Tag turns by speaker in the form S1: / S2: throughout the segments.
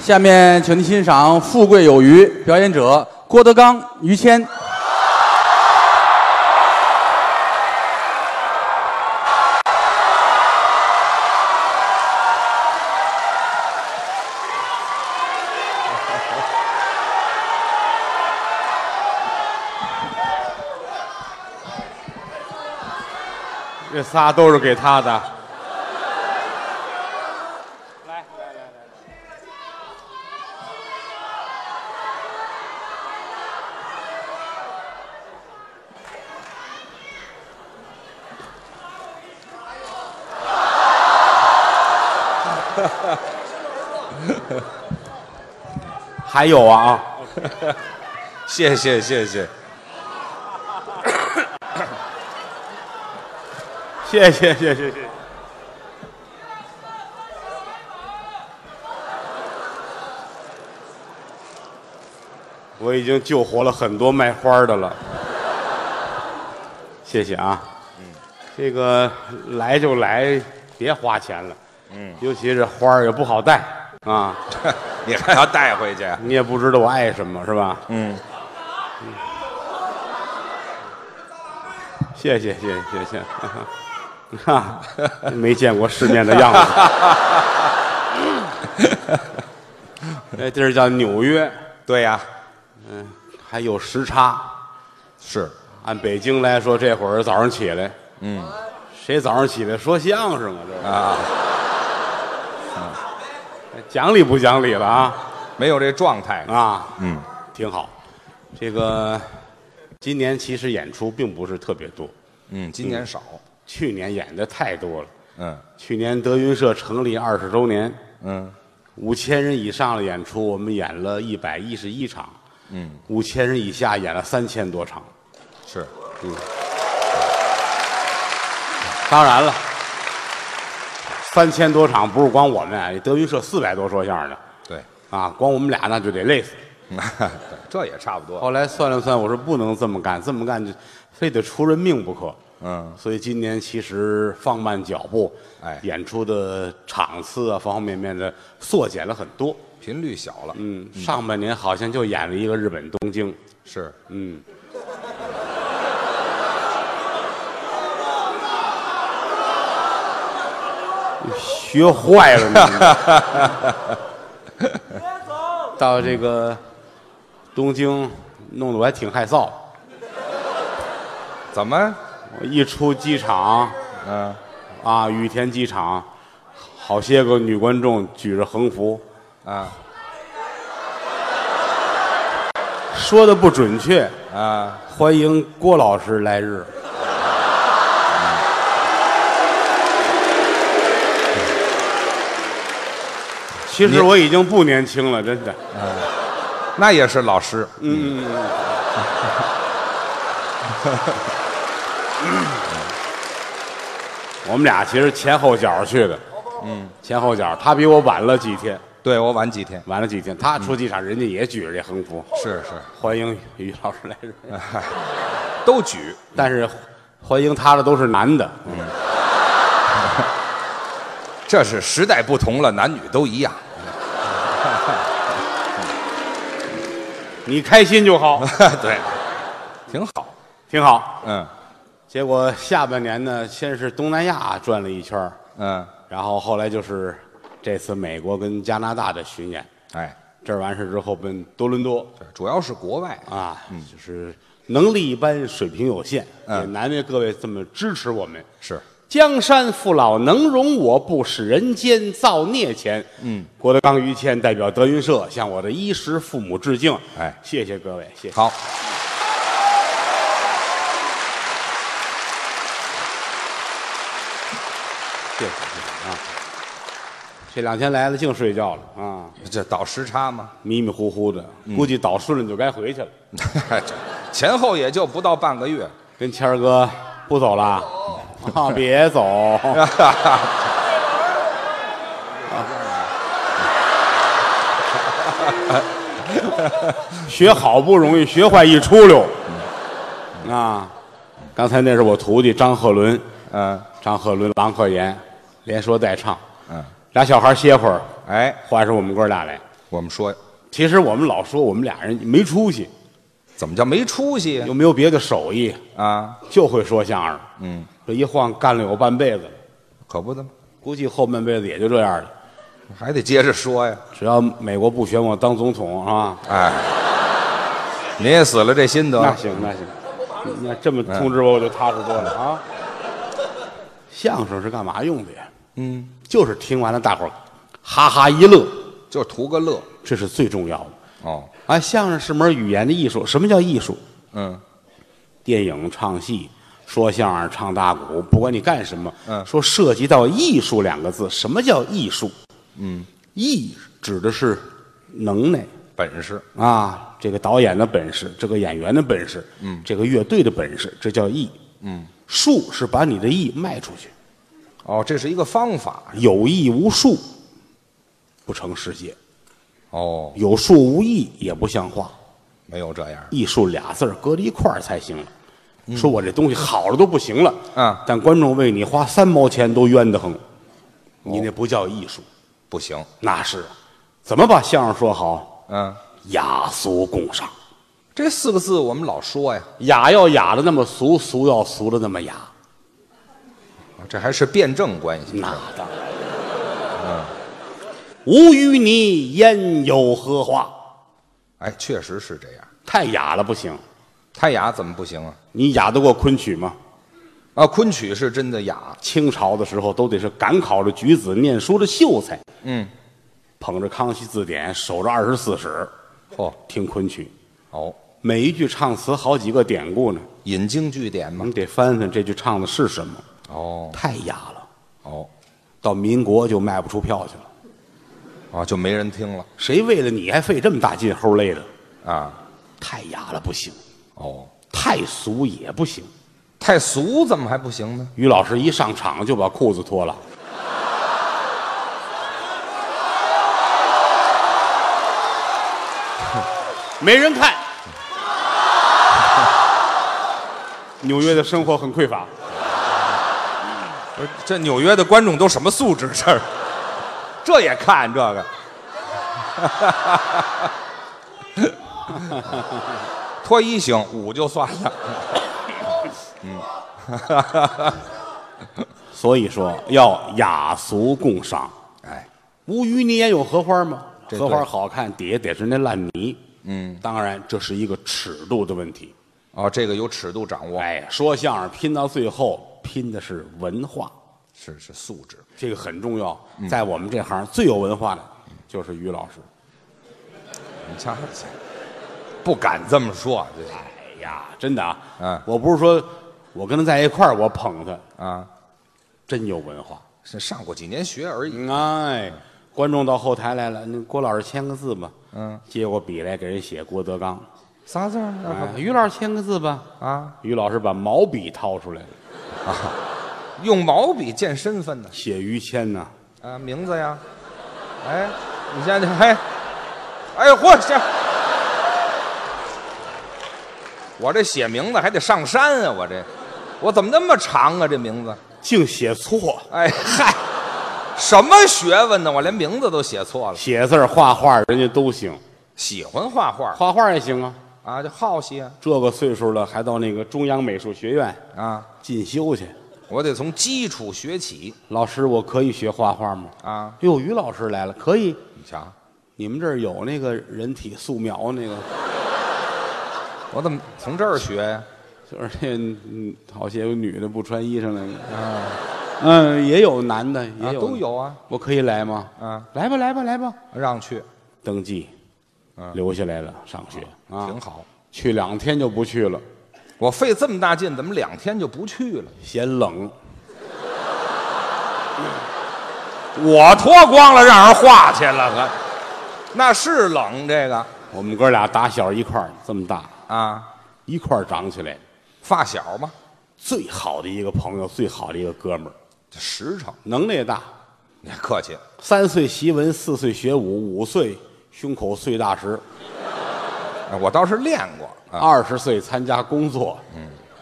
S1: 下面，请您欣赏《富贵有余》，表演者郭德纲、于谦。
S2: 这仨都是给他的。还有啊啊！ 谢谢谢谢谢谢谢谢谢谢。我已经救活了很多卖花的了，谢谢啊。这个来就来，别花钱了。嗯，尤其是花儿也不好带啊，
S3: 你还要带回 去？
S2: 你也不知道我爱什么是吧？
S3: 嗯，
S2: 谢谢谢谢谢 谢，你看没见过世面的 样子。那地哎儿叫纽约，
S3: 对呀、
S2: 还有时差。
S3: 是
S2: 按北京来说，这会儿早上起来，嗯，谁早上起来说相声啊？这是
S3: 啊，
S2: 哎讲理不讲理了啊？
S3: 没有这状态。
S2: 啊，
S3: 嗯，
S2: 挺好。这个今年其实演出并不是特别多，
S3: 嗯，今年少。
S2: 去年演的太多了。
S3: 嗯
S2: 去年德云社成立二十周年，
S3: 嗯，
S2: 五千人以上的演出，我们演了一百一十一场，嗯，五千人以下演了三千多场。
S3: 是
S2: 当然了，三千多场不是光我们啊，德云社四百多说相声的
S3: 对，
S2: 啊，光我们俩那就得累死。
S3: 这也差不多。
S2: 后来算了算，我说不能这么干，这么干就非得出人命不可。
S3: 嗯，
S2: 所以今年其实放慢脚步，
S3: 哎
S2: 演出的场次啊，方方面面的缩减了很多。
S3: 频率小了。
S2: 嗯，上半年好像就演了一个日本东京，
S3: 是
S2: 嗯，学坏了你。 到这个东京，弄得我还挺害臊。
S3: 怎么？
S2: 我一出机场
S3: 嗯、
S2: 啊，羽田机场，好些个女观众举着横幅，
S3: 啊
S2: 说的不准确，
S3: 啊，
S2: 欢迎郭老师来日。
S3: 嗯
S2: 其
S3: 你
S2: 实我已经不年轻了，真的。
S3: 那也是老师。
S2: 我们俩其实前后脚去的，嗯，前后脚，他比我晚了几天，
S3: 对我晚几天。
S2: 晚了几天。他出机场，人家也举着这横幅，
S3: 是是，
S2: 欢迎于老师来日。
S3: 都举。
S2: 但是欢迎他的都是男的，嗯
S3: 这是时代不同了，男女都一样。
S2: 你开心就 好，
S3: 对，挺好。
S2: 挺好。
S3: 嗯
S2: 结果下半年呢，先是东南亚转了一圈儿
S3: 嗯，
S2: 然后后来就是这次美国跟加拿大的巡演，
S3: 哎，
S2: 这儿完事之后奔多伦多
S3: 主要是国外。
S2: 啊，就是能力一般，水平有限，
S3: 嗯
S2: 也难为各位这么支持我们。
S3: 是
S2: 江山父老能容我，不使人间造孽钱。嗯，郭德纲、于谦代表德云社向我的衣食父母致敬。
S3: 哎
S2: 谢谢各位，谢谢。
S3: 好。
S2: 谢谢啊！这两天来了，净睡觉了啊，
S3: 这倒时差吗？
S2: 迷迷糊糊的，估计倒顺了就该回去了。
S3: 这前后也就不到半个月。
S2: 跟谦儿哥不走了啊，啊别走， 学好不容易，学坏一出溜啊！刚才那是我徒弟张鹤伦，
S3: 嗯、
S2: 张鹤伦、郎鹤炎，连说带唱，
S3: 嗯，
S2: 俩小孩歇会儿，
S3: 哎，
S2: 换上我们哥俩来，
S3: 我们说
S2: 其实我们老说我们俩人没出息，
S3: 怎么叫没出息呀
S2: 又没有别的手艺，
S3: 啊？
S2: 就会说相声。嗯，这一晃干了有半辈子了，
S3: 可不怎么，
S2: 估计后半辈子也就这样了。
S3: 还得接着说呀。
S2: 只要美国不选我当总统啊，
S3: 哎，您哎也死了这心得
S2: 那
S3: 了。
S2: 行那行，你看这么通知我，我就踏实多了啊。相声是干嘛用的呀？嗯，就是听完了大伙儿哈哈一乐，
S3: 就图个乐
S2: 这是最重要的。
S3: 哦。
S2: 啊，相声是门语言的艺术。什么叫艺术？
S3: 嗯，
S2: 电影、唱戏、说相声、唱大鼓，不管你干什么，
S3: 嗯
S2: 说涉及到“艺术”两个字，什么叫艺术？嗯，艺指的是能耐
S3: 本事
S2: 啊，这个导演的本事，这个演员的本事，嗯，这个乐队的本事，这叫艺。嗯，术是把你的艺卖出去，
S3: 哦，这是一个方法
S2: 有艺无术不成世界，
S3: 哦，
S2: 有术无艺也不像话。
S3: 没有这样
S2: 艺术俩字儿搁在一块儿才行了。说我这东西好了都不行了，
S3: 嗯
S2: 但观众为你花三毛钱都冤得很，你那不叫艺术，
S3: 不行。
S2: 那是怎么把相声说好？
S3: 嗯，
S2: 雅俗共赏，
S3: 这四个字我们老说呀，
S2: 雅要雅的那么俗，俗要俗的那么雅，
S3: 哦这还是辩证关系。
S2: 那当然。无与你焉有何话？
S3: 哎，确实是这样。
S2: 太雅了不行，
S3: 太雅怎么不行啊？
S2: 你雅得过昆曲吗？
S3: 啊，昆曲是真的雅，
S2: 清朝的时候都得是赶考的举子，念书的秀才，
S3: 嗯，
S2: 捧着《康熙字典》，守着二十四史，
S3: 嚯、哦，
S2: 听昆曲，每一句唱词好几个典故呢，
S3: 引经据典
S2: 我
S3: 嘛
S2: 们，得翻翻这句唱的是什么，
S3: 哦
S2: 太雅了，
S3: 哦
S2: 到民国就卖不出票去了。
S3: 哦，就没人听了
S2: 谁为了你还费这么大劲齁累的？
S3: 啊，
S2: 太雅了不行，
S3: 哦，
S2: 太俗也不行。
S3: 太俗怎么还不行呢？
S2: 于老师一上场就把裤子脱了， 没人看。 纽约的生活很匮乏，
S3: 不是，这纽约的观众都什么素质？ 这儿，这也看这 个，脱衣行五就算了，
S2: 所以说要雅俗共赏。
S3: 哎，
S2: 无鱼你也有荷花吗？
S3: 这
S2: 荷花
S3: 对
S2: 好看，底下得是那烂泥。嗯，当然这是一个尺度的问题。
S3: 哦，这个有尺度掌握，
S2: 哎，说相声拼到最后拼的是文化。
S3: 是是素质，
S2: 这个很重要。在我们这行最有文化的就是于老师。
S3: 你瞧，不敢这么说，这
S2: 哎呀，真的啊，
S3: 嗯
S2: 我不是说我跟他在一块儿我捧他，
S3: 啊，
S2: 真有文化。
S3: 是上过几年学而已，
S2: 哎，观众到后台来了，那郭老师签个字吧。嗯，接过笔来给人写郭德纲。
S3: 仨字儿那可
S2: 哎于老师签个字吧。
S3: 不啊，
S2: 于老师把毛笔掏出来了，
S3: 用毛笔见身份呢。
S2: 写于谦呐。
S3: 啊，名字呀，哎，你现在哎，哎呦嚯，这我这写名字还得上山啊，我这我怎么那么长啊？这名字，
S2: 竟写错，
S3: 哎嗨，什么学问呢？我连名字都写错了。
S2: 写字儿画画儿人家都行，
S3: 喜欢画画
S2: 画画儿也行啊。
S3: 啊，就好奇啊
S2: 这个岁数了，还到那个中央美术学院
S3: 啊，
S2: 进修去。
S3: 我得从基础学起
S2: 老师，我可以学画画吗？
S3: 啊。
S2: 哟，于老师来了，可以。
S3: 你瞧，
S2: 你们这儿有那个人体素描那个，
S3: 我怎么从这儿学呀、
S2: 就是那嗯，好些有女的不穿衣裳来的，
S3: 啊？
S2: 嗯，也有男的，也有、
S3: 都。有啊，
S2: 我可以来吗？
S3: 啊，
S2: 来吧，来吧，来吧。
S3: 让去
S2: 登记，留下来了，上学啊，
S3: 挺好。
S2: 去两天就不去了，
S3: 我费这么大劲，怎么两天就不去了？
S2: 嫌冷。
S3: 我脱光了让人画去了，可那是冷这个
S2: 我们哥俩打小一块儿这么大，
S3: 啊，
S2: 一块儿长起来，
S3: 发小嘛，
S2: 最好的一个朋友，最好的一个哥们儿，
S3: 这实诚，
S2: 能耐大，
S3: 你还客气，
S2: 三岁习文，四岁学武，五岁胸口碎大石，
S3: 哎我倒是练过啊。
S2: 二十岁参加工作，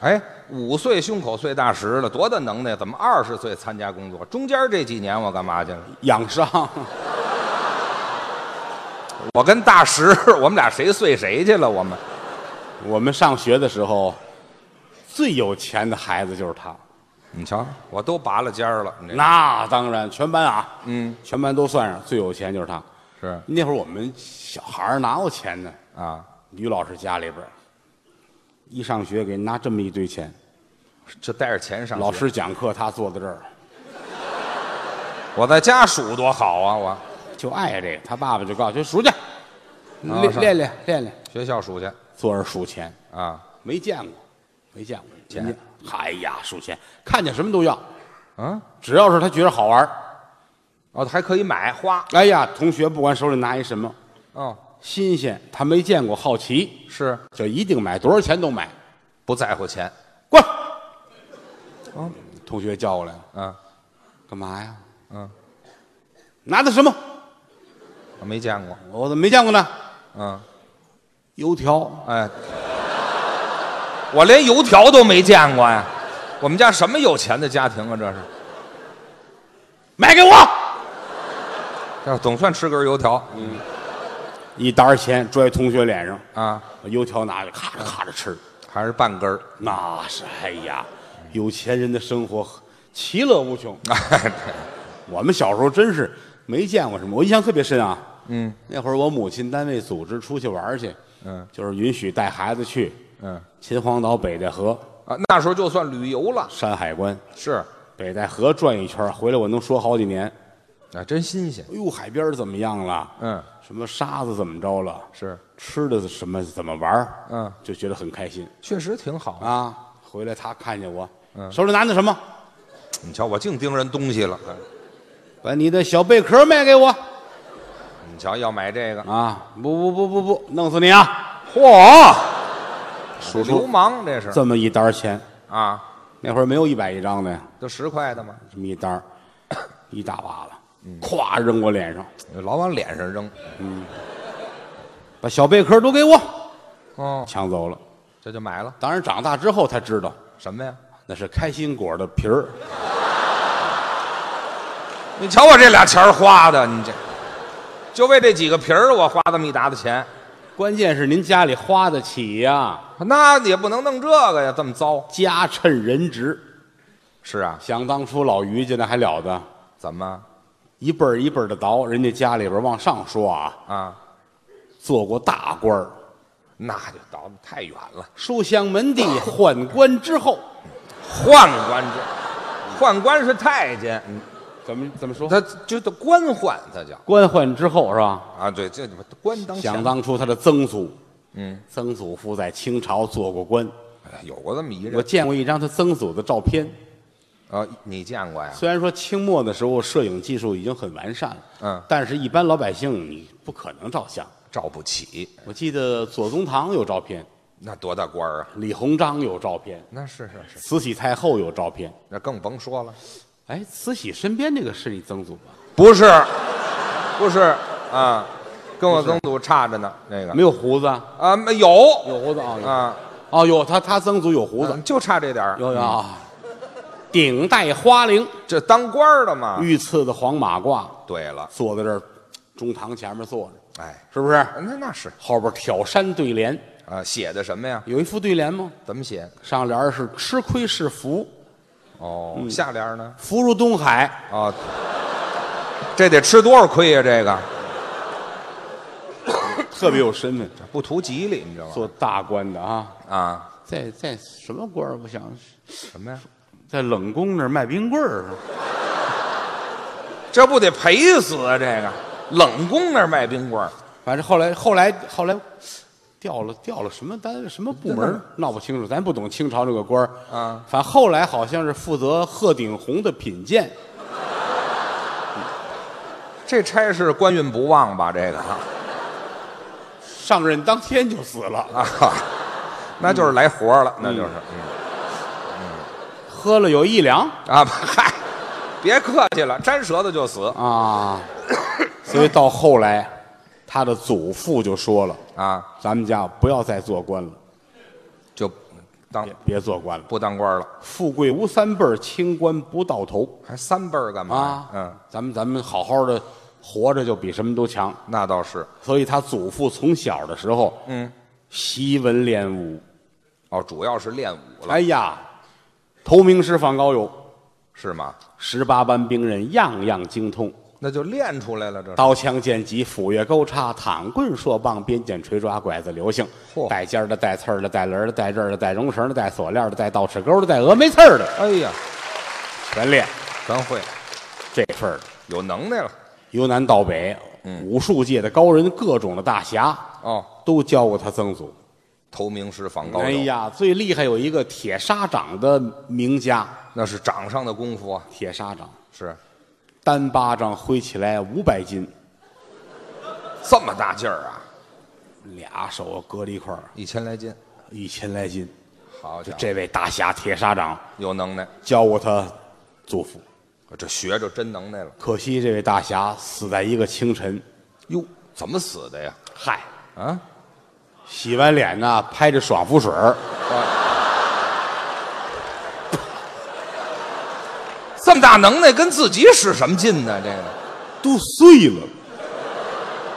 S3: 哎，五岁胸口碎大石了，多大能耐？怎么二十岁参加工作？中间这几年我干嘛去了？
S2: 养伤。
S3: 我跟大石，我们俩谁碎谁去了？我们
S2: 我们上学的时候，最有钱的孩子就是他。
S3: 你瞧，我都拔了尖儿了，你这
S2: 那当然，全班啊，
S3: 嗯，
S2: 全班都算上，最有钱就是他。
S3: 是
S2: 那会儿我们小孩儿哪有钱呢？
S3: 啊，
S2: 于老师家里边儿，一上学给拿这么一堆钱，
S3: 这带着钱上学
S2: 老，师讲课他坐在这儿，
S3: 我在家数多好啊！我
S2: 就爱这个。他爸爸就告诉他去数去，
S3: 啊
S2: 练
S3: 是
S2: 练练练练，
S3: 学校数去
S2: 坐这儿数钱，
S3: 啊，
S2: 没见过，没见过钱。哎呀，数钱，看见什么都要，
S3: 啊，
S2: 只要是他觉得好玩儿
S3: 哦，还可以买花
S2: 哎呀，同学不管手里拿一什么
S3: 哦，
S2: 新鲜，他没见过，好奇，
S3: 是
S2: 就一定买，多少钱都买。
S3: 不在乎钱
S2: 过来，同学叫过来了，
S3: 啊，
S2: 干嘛呀？
S3: 嗯，
S2: 拿的什么？
S3: 我没见过，
S2: 我怎么没见过呢？啊
S3: 嗯，
S2: 油条。
S3: 哎，我连油条都没见过呀！我们家什么有钱的家庭啊？这是，
S2: 买给我
S3: 这总算吃根油条
S2: 一沓钱拽同学脸上，
S3: 啊，
S2: 把油条拿着咔着咔着吃，
S3: 还是半根儿。
S2: 那是哎呀，有钱人的生活其乐无穷。
S3: 哎，
S2: 我们小时候真是没见过什么，我印象特别深啊。嗯，那会儿我母亲单位组织出去玩去，
S3: 嗯，
S2: 就是允许带孩子去
S3: 嗯
S2: 秦皇岛北戴河、
S3: 啊，那时候就算旅游了，
S2: 山海关、
S3: 是
S2: 北戴河转一圈，回来我能说好几年。
S3: 啊，真新鲜。
S2: 哎呦，海边怎么样了？
S3: 嗯，
S2: 什么沙子怎么着了？
S3: 是
S2: 吃的什么怎么玩儿
S3: 嗯，
S2: 就觉得很开心。
S3: 确实挺好啊。
S2: 啊，回来他看见我，
S3: 嗯
S2: 手里拿的什么？
S3: 你瞧，我净盯人东西了。嗯
S2: 把你的小贝壳卖给我
S3: 你瞧，要买这个，
S2: 啊！不不不不不，弄死你啊！
S3: 嚯，
S2: 数
S3: 流
S2: 出
S3: 氓这是
S2: 这么一沓钱，
S3: 啊，
S2: 那会儿没有一百一张的呀，
S3: 就十块的嘛，
S2: 这么一沓儿，一大把了，咵扔我脸上，
S3: 老往脸上扔。
S2: 把小贝壳都给我
S3: 哦，
S2: 抢走了。
S3: 这就买了
S2: 当然长大之后才知道，
S3: 什么呀？
S2: 那是开心果的皮儿。
S3: 你瞧我这俩钱儿花的，你这就为这几个皮儿，我花这么一沓子钱，
S2: 关键是您家里花得起呀、
S3: 那也不能弄这个呀，这么糟。
S2: 家趁人值。
S3: 是啊，
S2: 想当初老于家那还了得，
S3: 怎么
S2: 一辈儿一辈儿的倒，人家家里边儿往上说啊，
S3: 啊？
S2: 做过大官儿，
S3: 那就倒得太远了。
S2: 书香门第，宦官之后，
S3: 宦官制，宦官是太监，嗯
S2: 怎么怎么说？
S3: 他就叫官宦，他叫
S2: 官宦之后是吧？
S3: 啊，对，这官当
S2: 想
S3: 前
S2: 当初他的曾祖，
S3: 嗯，
S2: 曾祖父在清朝做过官，
S3: 哎有过这么一
S2: 我
S3: 人
S2: 见过一张他曾祖的照片。
S3: 啊，你见过呀？
S2: 虽然说清末的时候摄影技术已经很完善了，
S3: 嗯
S2: 但是一般老百姓你不可能照相。
S3: 照不起，
S2: 我记得左宗棠有照片，
S3: 那多大官儿啊？
S2: 李鸿章有照片，
S3: 那是是是，
S2: 慈禧太后有照片。
S3: 那更甭说了。
S2: 哎，慈禧身边这个是你曾祖吧？
S3: 不是，不是啊，跟我曾祖差着呢。那个
S2: 没有胡子啊？
S3: 啊，没有
S2: 有胡子啊？
S3: 啊，
S2: 哦，有他他曾祖有胡子
S3: 啊。就差这点儿。
S2: 有有啊，顶戴花翎，
S3: 这当官儿的嘛。
S2: 御赐的黄马褂，
S3: 对了，
S2: 坐在这儿，中堂前面坐着，
S3: 哎，
S2: 是不是？
S3: 那那是
S2: 后边挑山对联，
S3: 啊，写的什么呀？
S2: 有一副对联吗？
S3: 怎么写？
S2: 上联儿是“吃亏是福，
S3: 哦，
S2: 嗯
S3: 下联呢？
S2: 福如东海
S3: 啊，这得吃多少亏呀、这个”，
S2: 特别有身份。
S3: 不图吉利，你知道吗？
S2: 做大官的啊，
S3: 啊，
S2: 在在什么官儿？我想
S3: 什么呀？
S2: 在冷宫那儿卖冰棍儿，
S3: 这不得赔死啊！这个冷宫那儿卖冰棍儿，
S2: 反正后来后来后来。调了调了什么单位什么部门儿闹不清楚，咱不懂清朝这个官儿
S3: 啊。
S2: 反正后来好像是负责鹤顶红的品鉴，
S3: 这差事官运不旺吧？这个
S2: 上任当天就死了，
S3: 啊，那就是来活儿了，那就是、
S2: 嗯
S3: 嗯
S2: 喝了有一两
S3: 啊，嗨，别客气了，粘舌头就死
S2: 啊，所以到后来，他的祖父就说了
S3: 啊，：“
S2: 咱们家不要再做官了，
S3: 就当
S2: 别别做官了，
S3: 不当官了，
S2: 富贵无三辈儿，清官不到头
S3: 还三辈儿干嘛呀？
S2: 啊。”
S3: 嗯，，
S2: 咱们咱们好好的活着就比什么都强。
S3: 那倒是
S2: 所以他祖父从小的时候，
S3: 嗯，
S2: 习文练武。
S3: 哦，主要是练武了，
S2: 哎呀，头名师范高友，
S3: 是吗？
S2: 十八般兵刃样样精通，
S3: 那就练出来了，这是
S2: 刀枪剑戟斧钺钩叉躺棍槊棒鞭锏锤抓拐子流星，
S3: 嚯
S2: 带尖儿的带刺儿的带轮儿的带刃儿的带绒绳儿的带锁链儿的带倒齿钩的带峨眉刺儿的
S3: 哎呀，
S2: 全练
S3: 咱会
S2: 这份儿的。
S3: 有能耐了
S2: 由南到北，
S3: 嗯
S2: 武术界的高人，各种的大侠
S3: 哦。
S2: 都教过他曾祖。
S3: 头名师访嗯高
S2: 哎
S3: 友，
S2: 呀，最厉害有一个铁砂掌的名家，
S3: 那是掌上的功夫啊，
S2: 铁砂掌
S3: 是
S2: 单巴掌挥起来五百斤，
S3: 这么大劲儿啊，
S2: 俩手搁在一块儿
S3: 一千来斤，
S2: 一千来斤。
S3: 好家伙，
S2: 这位大侠铁砂掌
S3: 有能耐，
S2: 教过他祖父，
S3: 这学着真能耐了。
S2: 可惜这位大侠死在一个清晨。
S3: 哟，怎么死的呀？
S2: 嗨，
S3: 啊，
S2: 洗完脸呢，拍着爽肤水儿
S3: 这么大能耐，跟自己使什么劲呢？这个，
S2: 都碎了。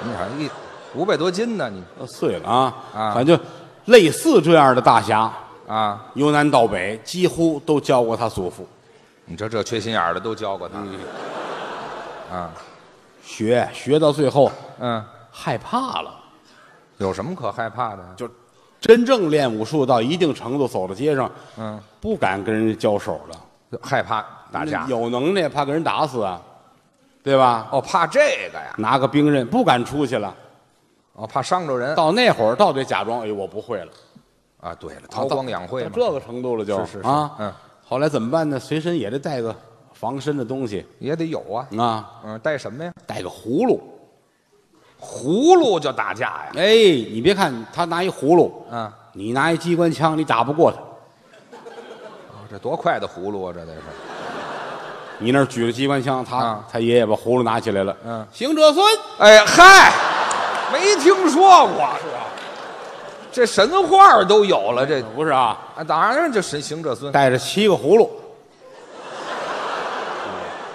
S3: 你看一五百多斤呢，你
S2: 都碎了啊！
S3: 啊
S2: 反正类似这样的大侠，
S3: 啊，
S2: 由南到北几乎都教过他祖父
S3: 你这这缺心眼儿的都教过他，
S2: 学，学到最后
S3: 嗯，
S2: 害怕了，
S3: 有什么可害怕的？
S2: 就真正练武术到一定程度，走到街上，
S3: 嗯，
S2: 不敢跟人家交手了，
S3: 害怕打架？
S2: 嗯有能耐怕给人打死啊，对吧？
S3: 哦，怕这个呀？
S2: 拿个兵刃不敢出去了，
S3: 哦，怕伤着人
S2: 到那会儿到得假装哎我不会了，
S3: 啊？对了，韬光养晦
S2: 哦到
S3: 嘛，
S2: 这个程度了就是
S3: 是是
S2: 啊，
S3: 嗯，
S2: 后来怎么办呢？随身也得带个防身的东西
S3: 也得有啊。
S2: 啊，
S3: 嗯，带什么呀？
S2: 带个葫芦。
S3: 葫芦就打架呀？
S2: 哎，你别看他拿一葫芦，
S3: 啊，
S2: 你拿一机关枪，你打不过他。
S3: 哦这多快的葫芦啊！这得是
S2: 你那儿举着机关枪，他、
S3: 啊
S2: 他爷爷把葫芦拿起来了。
S3: 嗯
S2: 行者孙，
S3: 哎嗨，没听说过，这神话都有了，这
S2: 不是啊，
S3: 啊，当然这神行者孙
S2: 带着七个葫芦，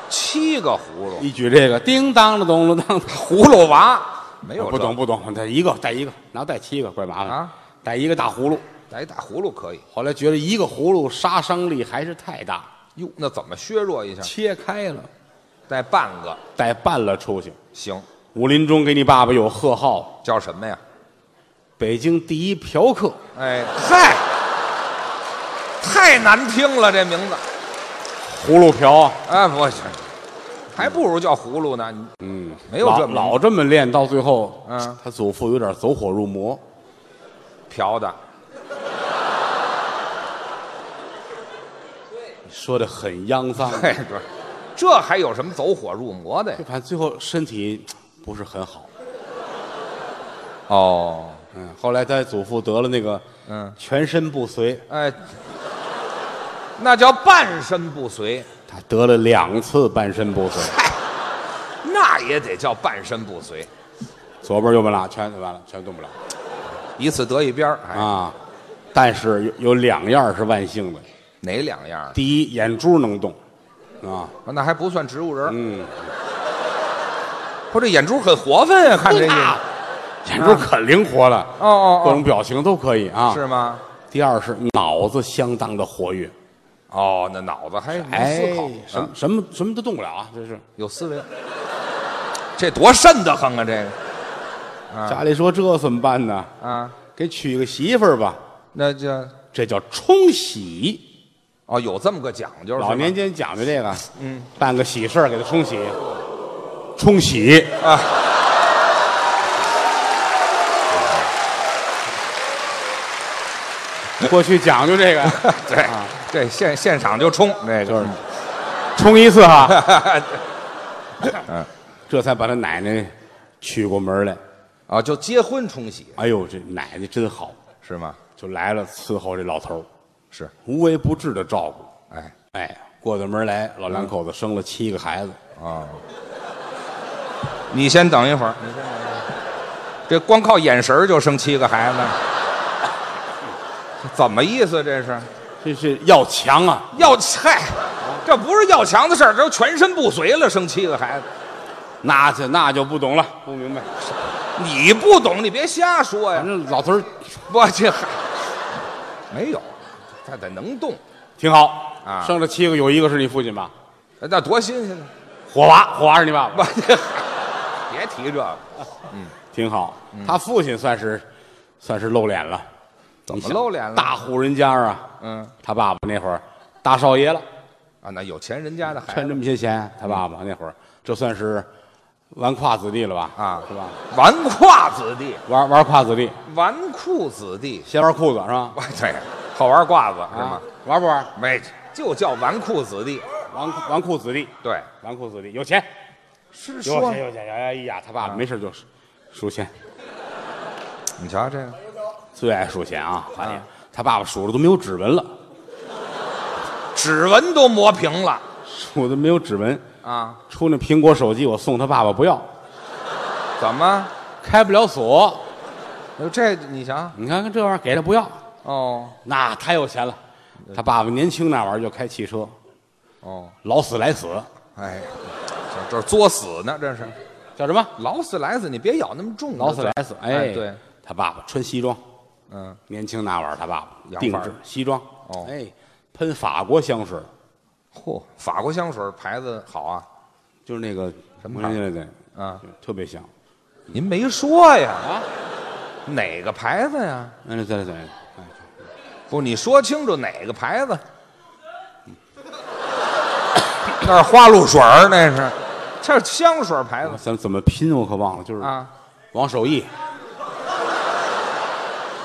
S3: 七个葫芦，
S2: 一举这个，叮当了咚了当的。
S3: 葫芦娃没有
S2: 不
S3: 这
S2: 懂不懂，带一个带一个，哪带七个怪麻烦
S3: 啊！
S2: 带一个大葫芦，
S3: 来打葫芦可以
S2: 后来觉得一个葫芦杀伤力还是太大，
S3: 哟，那怎么削弱一下？
S2: 切开了，
S3: 带半个
S2: 带半了出去。
S3: 行，
S2: 武林中给你爸爸有贺号，
S3: 叫什么呀？
S2: 北京第一嫖客。
S3: 哎嗨，太难听了这名字，
S2: 葫芦瓢，啊
S3: 哎不行，还不如叫葫芦呢。嗯，没有
S2: 老
S3: 这么
S2: 老哎这么练，到最后，
S3: 嗯，
S2: 他祖父有点走火入魔，
S3: 瓢的，
S2: 说的很肮 脏，
S3: 嘿，对，这还有什么走火入魔的呀？
S2: 反正最后身体嘖不是很好。
S3: 哦，
S2: 嗯，后来他祖父得了那个，
S3: 嗯，
S2: 全身不遂，
S3: 哎，那叫半身不遂，
S2: 他得了两次半身不 遂，
S3: 那也得叫半身不遂，
S2: 左边右边拉全完了，全动不了
S3: 一次得一边儿。哎，
S2: 啊。但是有有两样是万幸的，
S3: 哪两样啊？
S2: 第一，眼珠能动，啊，
S3: 那还不算植物人。嗯，不，这眼珠很活泛啊，看这意
S2: 啊
S3: 思。
S2: 眼珠可灵活了，
S3: 哦哦
S2: 各种表情都可以啊。
S3: 哦，是。吗？
S2: 第二是脑子相当的活跃，哎
S3: 哦，那脑子还能思考，
S2: 什么
S3: 嗯
S2: 什么什么都动不了啊！这是
S3: 有思维，这多瘆得慌啊！这个嗯
S2: 家里说这怎么办呢？
S3: 啊，
S2: 给娶个媳妇儿吧，
S3: 那就
S2: 这叫冲喜。
S3: 哦，有这么个讲究。是吗
S2: 老年间讲究这个，嗯，办个喜事儿给他冲喜，冲喜
S3: 啊
S2: 啊。 过去讲究这个，
S3: 对对，现现场啊就冲那
S2: 就
S3: 个
S2: 是 冲一次 哈，嗯这才把他奶奶娶过门来。
S3: 啊，就结婚冲喜
S2: 哎呦，这奶奶真好，
S3: 是吗？
S2: 就来了伺候这老头儿，
S3: 是，
S2: 无微不至的照顾。
S3: 哎
S2: 哎，过到门来，老两口子生了七个孩子，
S3: 啊，你先等一会儿，你先等一会儿，这光靠眼神儿就生七个孩子， 怎么意思？这是
S2: 这是要强啊！
S3: 要嗨，这不是要强的事儿，这都全身不遂了，生七个孩子，
S2: 那就那就不懂了，不明白。
S3: 你不懂，你别瞎说
S2: 反
S3: 呀！
S2: 正老头儿
S3: 我这还没有，啊他得能动，
S2: 挺好
S3: 啊
S2: 生了七个，有一个是你父亲吧？
S3: 那多新鲜呢！
S2: 火娃，火娃是你爸
S3: 我
S2: 爸，
S3: 这别提这个，
S2: 挺好。
S3: 嗯
S2: 他父亲算是算是露脸了，
S3: 怎
S2: 你
S3: 么
S2: 想
S3: 露脸了？
S2: 大户人家啊，
S3: 嗯
S2: 他爸爸那会儿大少爷了，
S3: 啊，那有钱人家的孩
S2: 趁
S3: 子
S2: 这么些
S3: 嗯
S2: 钱，他爸爸那会儿这算是纨绔子弟了吧？
S3: 啊
S2: 是吧？
S3: 纨绔子弟，
S2: 玩玩胯子弟，
S3: 纨绔子弟，
S2: 先玩裤子是吧？
S3: 哇，对，好玩褂子是
S2: 啊
S3: 吗？，
S2: 玩不玩？
S3: 没，就叫纨绔子弟。
S2: 纨纨绔子弟，
S3: 对，
S2: 纨绔子弟有钱，
S3: 是
S2: 有
S3: 说嗯
S2: 钱，有钱。哎呀，他爸爸没事就数钱，
S3: 你瞧这个
S2: 最爱数钱啊！哎
S3: 嗯
S2: 呀，他爸爸数的都没有指纹了，
S3: 指纹都磨平了
S2: 数的没有指纹。
S3: 啊？
S2: 出那苹果手机，我送他爸爸不要，
S3: 怎么？
S2: 开不了锁。
S3: 哎这你瞧
S2: 你看看这玩意儿给他不要，
S3: 哦
S2: 那太有钱了。他爸爸年轻那会儿就开汽车，
S3: 哦，
S2: 老死来死，
S3: 哎，这这作死呢，这是
S2: 叫什么？
S3: 劳斯莱斯，你别咬那么重，
S2: 老死来死。
S3: 哎
S2: 哎，
S3: 对，
S2: 他爸爸穿西装，
S3: 嗯，
S2: 年轻那会儿他爸爸
S3: 洋
S2: 定
S3: 范儿
S2: 制西装，
S3: 哦
S2: 哎，喷法国香水，
S3: 嚯，法国香水牌子好啊
S2: 就是那个
S3: 什么
S2: 闻
S3: 牌
S2: 起来的，
S3: 啊！
S2: 就特别香
S3: 您没说呀？
S2: 啊！
S3: 哪个牌子呀？
S2: 嗯，再来再来，
S3: 啊
S2: 哎
S3: 不，你说清楚哪个牌子？那是花露水儿，那是，这是香水牌子
S2: 咱怎么拼我可忘了，就是
S3: 啊。
S2: 王守义，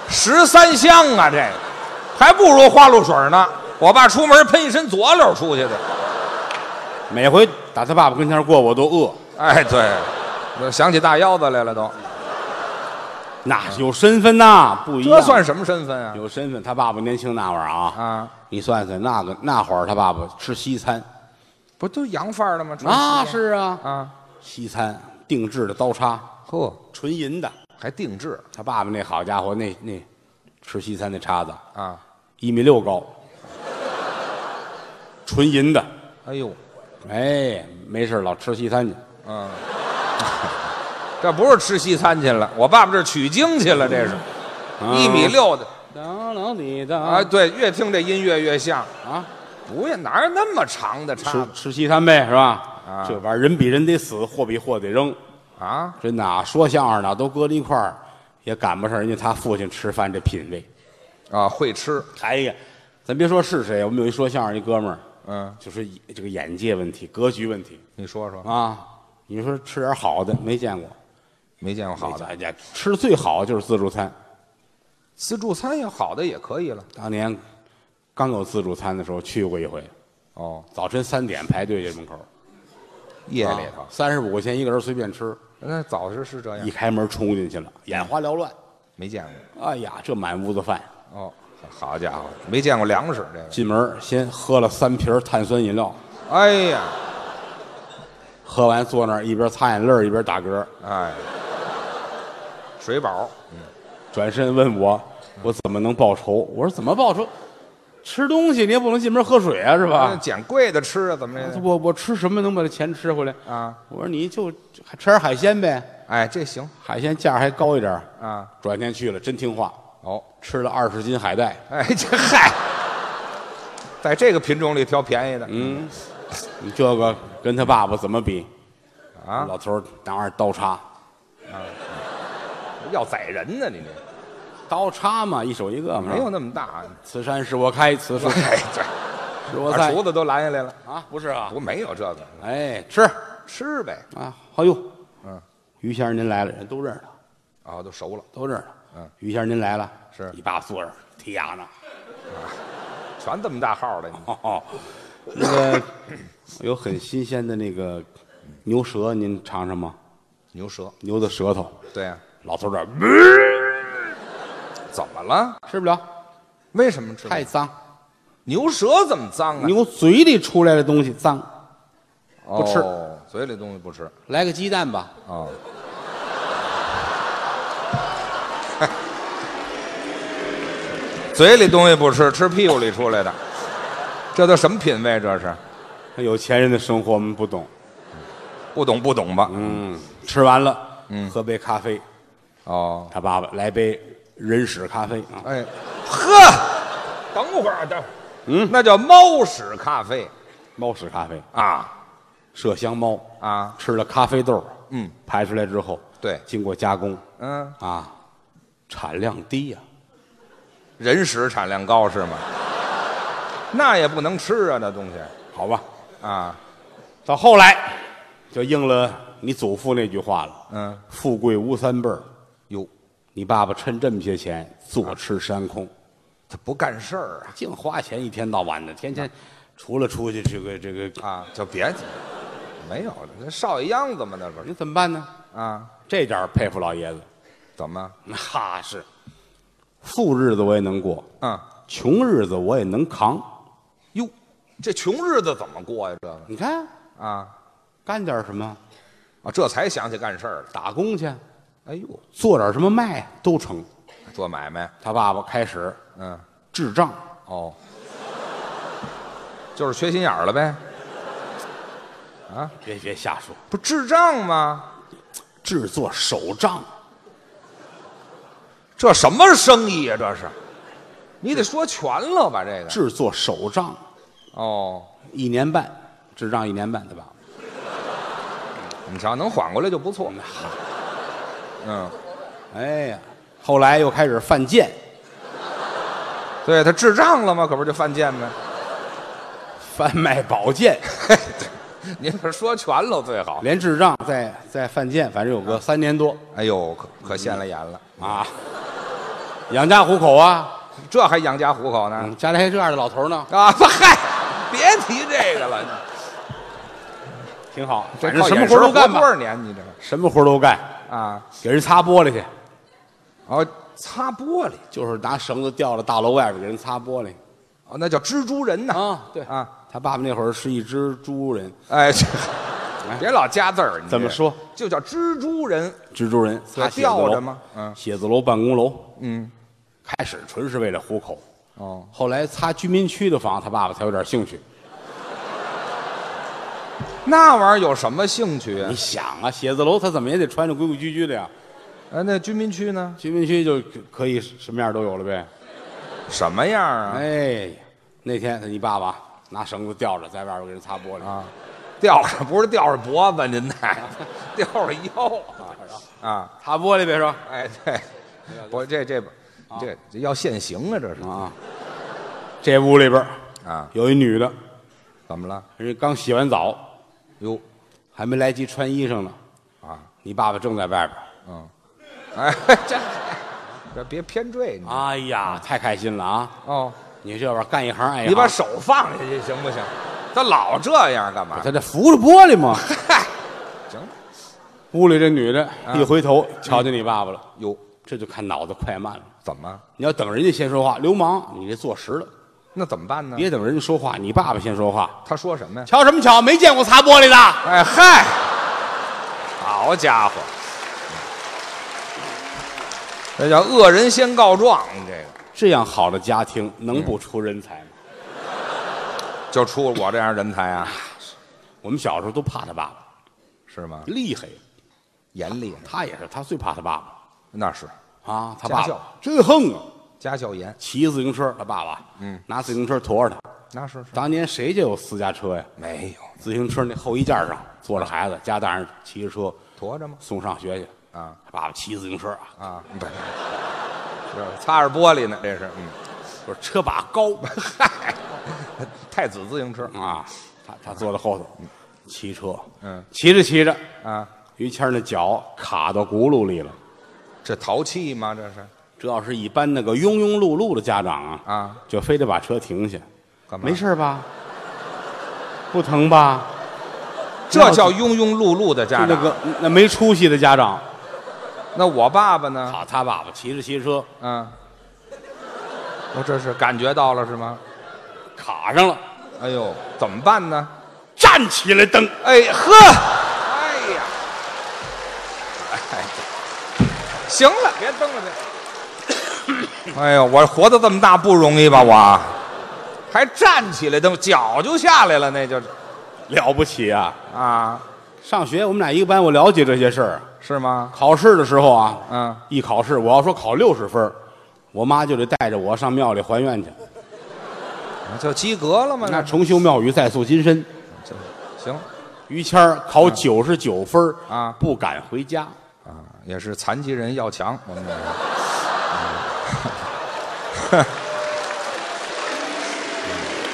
S3: 十三香啊，这个还不如花露水呢。我爸出门喷一身左溜出去的。
S2: 每回打他爸爸跟前过，我都饿，
S3: 哎，对，我想起大腰子来了都。
S2: 那是有身份呐，不一样，
S3: 啊这算什么身份啊？
S2: 有身份。他爸爸年轻那会儿啊，
S3: 啊，
S2: 你算算那个那会儿他爸爸吃西餐
S3: 不都洋范儿了吗？
S2: 啊，
S3: 穿西
S2: 是啊，
S3: 啊，
S2: 西餐定制的刀叉，
S3: 呵，
S2: 纯银的。
S3: 还定制
S2: 他爸爸那好家伙，那那吃西餐那叉子
S3: 啊。
S2: 一米六高， 纯银的。
S3: 哎呦，
S2: 哎，没事儿老吃西餐去。
S3: 嗯，这不是吃西餐去了，我爸爸这是取经去了，这是一米六的
S2: 当啷你的
S3: 啊。对，越听这音乐越像。
S2: 啊，
S3: 不呀，哪有那么长的叉
S2: 吃
S3: 子
S2: 吃西餐呗，是吧？
S3: 啊
S2: 这玩意儿人比人得死，货比货得扔，
S3: 啊？
S2: 真的啊！说相声的都搁在一块儿，也赶不上人家他父亲吃饭这品味。
S3: 啊，会吃，
S2: 哎呀，咱别说是谁，我们有一说相声一哥们儿，
S3: 嗯，
S2: 就是以这个眼界问题、格局问题
S3: 你说说，
S2: 啊。你说吃点好的没见过，
S3: 没见过好的，
S2: 哎呀，吃的最好就是自助餐。
S3: 自助餐也好的也可以了。
S2: 当年刚有自助餐的时候去过一回，
S3: 哦，
S2: 早晨三点排队这门口，
S3: 夜里头，
S2: 三十五块钱一个人随便吃，
S3: 啊那早是是这
S2: 一
S3: 样，
S2: 开门冲进去了，眼花缭乱。
S3: 没见过。
S2: 哎呀，这满屋子饭，
S3: 哦，好家伙，没见过粮食这个。
S2: 进门先喝了三瓶碳酸饮料，
S3: 哎呀，
S2: 喝完坐那儿一边擦眼泪儿一边打嗝，
S3: 哎，水饱，
S2: 转身问我，我怎么能报仇？我说怎么报仇？吃东西你也不能进门喝水啊，是
S3: 那
S2: 吧？
S3: 捡贵的吃啊，怎么着
S2: 我我吃什么能把这钱吃回来？
S3: 啊？
S2: 我说你就还吃点海鲜呗，
S3: 哎，这行
S2: 海鲜价还高一点儿。
S3: 啊。
S2: 转天去了，真听话，
S3: 哦，
S2: 吃了二十斤海带。
S3: 哎，这嗨，在这个品种里挑便宜的，
S2: 嗯，你这个跟他爸爸怎么比？
S3: 啊
S2: 老头儿拿着刀叉，
S3: 要宰人呢，你这
S2: 刀叉嘛，一手一个嘛。
S3: 没有
S2: 那，
S3: 那么大。啊
S2: 此山是我开，此树
S3: 哎，这
S2: 是我
S3: 把
S2: 栽
S3: 厨子都拦下来了，
S2: 啊，不是啊，
S3: 我没有这个，
S2: 哎，吃
S3: 吃呗。
S2: 啊，好哟，
S3: 嗯，
S2: 于先生您来了，人都认识他，
S3: 啊，都熟了，
S2: 都认识他。
S3: 嗯，
S2: 于先生您来了，
S3: 是
S2: 你爸坐着剔牙呢。
S3: 全这么大号的，
S2: 哦哦， 那个有很新鲜的那个牛舌，您尝尝吗？
S3: 牛舌。
S2: 牛的舌头，
S3: 对呀、
S2: 老头儿这儿
S3: 怎么了？
S2: 吃不了，
S3: 为什么吃
S2: 太脏。
S3: 牛舌怎么脏啊？
S2: 牛嘴里出来的东西脏，不吃
S3: 哦，嘴里东西不吃啊、
S2: 来个鸡蛋吧。
S3: 哦嘴里东西不吃，吃屁股里出来的，这都什么品味？这是
S2: 有钱人的生活我们不懂，
S3: 不懂不懂吧？
S2: 嗯，吃完了，嗯，喝杯咖啡，
S3: 哦，
S2: 他爸爸来杯人屎咖啡啊，
S3: 哎，呵，等会儿，等会儿，嗯，那叫猫屎咖啡
S2: 猫屎咖啡，
S3: 啊
S2: 麝香猫，
S3: 啊，
S2: 吃了咖啡豆，
S3: 嗯，
S2: 排出来之后，
S3: 对
S2: 经过加工
S3: 嗯，
S2: 啊，产量低呀、
S3: 人屎产量高是吗？那也不能吃啊，那东西
S2: 好吧，
S3: 啊，
S2: 到后来就应了你祖父那句话了，
S3: 嗯，
S2: 富贵无三辈儿，
S3: 哟，
S2: 你爸爸趁这么些钱坐吃山空，
S3: 他不干事儿啊
S2: 净花钱，一天到晚的，天天除了出去这个这个，
S3: 啊，就别没有了，那少爷秧子嘛，那不是
S2: 你怎么办呢？
S3: 啊？
S2: 这点儿佩服老爷子，
S3: 怎么？
S2: 那是富日子我也能过，
S3: 嗯，
S2: 穷日子我也能扛。
S3: 哟，这穷日子怎么过呀、这个
S2: 你看
S3: 啊
S2: 干点什么，
S3: 啊，这才想起干事儿了。
S2: 打工去，
S3: 哎呦，
S2: 做点什么卖都成。
S3: 做买卖，
S2: 他爸爸开始
S3: 嗯，
S2: 智障，
S3: 哦，就是缺心眼儿了呗，
S2: 别别瞎说，
S3: 不智障吗？
S2: 制作手账，
S3: 这什么生意呀、这是，你得说全了吧？这个
S2: 制作手账，
S3: 哦，
S2: 一年半，智障一年半，对吧？
S3: 你瞧，能缓过来就不错。嗯，
S2: 哎呀，后来又开始犯贱，
S3: 对他智障了吗？ 可不是就犯贱呗？
S2: 贩卖宝剑，
S3: 您这说全了最好。
S2: 连智障再再犯贱，反正有个三年多
S3: 哎呦，可可现了眼了，
S2: 啊，养家糊口啊，
S3: 这还养家糊口呢。
S2: 嗯家里还这样的老头呢，
S3: 啊，不嗨，别提这个了，
S2: 挺好，
S3: 这
S2: 反正
S3: 靠
S2: 什么
S3: 眼
S2: 活
S3: 神
S2: 都干
S3: 活多
S2: 吧，
S3: 少年？你这
S2: 什么活都干，
S3: 啊，
S2: 给人擦玻璃去，
S3: 哦，擦玻璃，
S2: 就是拿绳子吊到大楼外边给人擦玻璃
S3: 哦，那叫蜘蛛人呐。
S2: 啊，对
S3: 啊，
S2: 他爸爸那会儿是一只猪人，
S3: 哎， 这别老加字儿，你这
S2: 怎么说？
S3: 就叫蜘蛛人，
S2: 蜘蛛人，
S3: 他
S2: 他
S3: 吊着吗？嗯
S2: 写字楼办公楼，
S3: 嗯，
S2: 开始纯是为了糊口，
S3: 哦，
S2: 后来擦居民区的房，他爸爸才有点兴趣。
S3: 那玩意儿有什么兴趣啊
S2: 你？想啊，写字楼他怎么也得穿着规规矩矩的呀，
S3: 哎，那居民区呢？
S2: 居民区就可以什么样都有了呗。
S3: 什么样啊？
S2: 哎呀，那天他你爸爸拿绳子吊着，在外边给人擦玻璃
S3: 啊，吊着不是吊着脖子，您那吊着腰啊？
S2: 擦玻璃别说
S3: 哎，对，我这这这这要现行啊，这是
S2: 啊，这屋里边
S3: 啊？
S2: 有一女的，
S3: 怎么了？
S2: 人家刚洗完澡，
S3: 哟
S2: 还没来及穿衣裳呢，
S3: 啊，
S2: 你爸爸正在外边。
S3: 嗯，哎， 这这别偏坠你
S2: 哎呀，太开心了啊！
S3: 哦，
S2: 你这玩意儿干一行爱一行，
S3: 你把手放下去行不行？他老这样干嘛？
S2: 他这扶着玻璃 嘛。
S3: 嗨，行，
S2: 屋里这女的
S3: 啊
S2: 一回头瞧见你爸爸了，
S3: 哟，
S2: 这就看脑子快慢了。
S3: 怎么？
S2: 你要等人家先说话，流氓，你这坐实了。
S3: 那怎么办呢？
S2: 别等人家说话，你爸爸先说话。
S3: 他说什么呀？
S2: 瞧什么瞧？没见过擦玻璃的。
S3: 哎嗨，好家伙，这叫恶人先告状，这个
S2: 这样好的家庭能不出人才吗？
S3: 就出我这样人才啊，
S2: 我们小时候都怕他爸爸，
S3: 是吗？
S2: 厉害。
S3: 严厉，啊
S2: 他也是，他最怕他爸爸
S3: 那是
S2: 啊，他
S3: 家
S2: 爸爸
S3: 教
S2: 真横啊。
S3: 家教严，
S2: 骑自行车，他爸爸，嗯，拿自行车驮着他。
S3: 那是是
S2: 当年谁就有私家车呀？
S3: 没有
S2: 自行车那后衣架上坐着孩子，家大人骑着车
S3: 驮着吗？
S2: 送上学去。
S3: 啊，
S2: 他爸爸骑自行车啊，
S3: 啊，不是，这擦着玻璃呢，这是，嗯，
S2: 不是车把高
S3: 嗨，太子自行车
S2: 啊，他他坐在后头骑车，
S3: 嗯，
S2: 骑着骑着，
S3: 啊，
S2: 于谦儿那脚卡到轱辘里了。
S3: 这淘气吗？这是
S2: 这要是一般那个庸庸碌碌的家长啊，
S3: 啊，
S2: 就非得把车停下，
S3: 干嘛？
S2: 没，事吧？不疼吧？
S3: 这叫庸庸碌碌的
S2: 就
S3: 家
S2: 那
S3: 长。
S2: 个那没出息的家长。
S3: 那我爸爸呢？
S2: 好，他爸爸骑着骑车
S3: 嗯，我这是感觉到了是吗？
S2: 卡上了，
S3: 哎呦，怎么办呢？
S2: 站起来蹬，
S3: 哎呵，哎呀，哎，行了，别蹬了，别。 哎呦，我活到这么大不容易吧？我啊还站起来蹬，脚就下来了，那就
S2: 了不起啊！
S3: 啊，
S2: 上学我们俩一个班，我了解这些事儿。啊
S3: 是吗？
S2: 考试的时候啊，
S3: 嗯，
S2: 一考试我要说考六十分儿，我妈就得带着我上庙里还愿去，
S3: 就及格了吗？
S2: 那重修庙宇，再塑金身。
S3: 就行
S2: 于谦儿考九十九分儿
S3: 嗯啊
S2: 不敢回家。
S3: 啊，也是残疾人要强，我们这 嗯个。嗯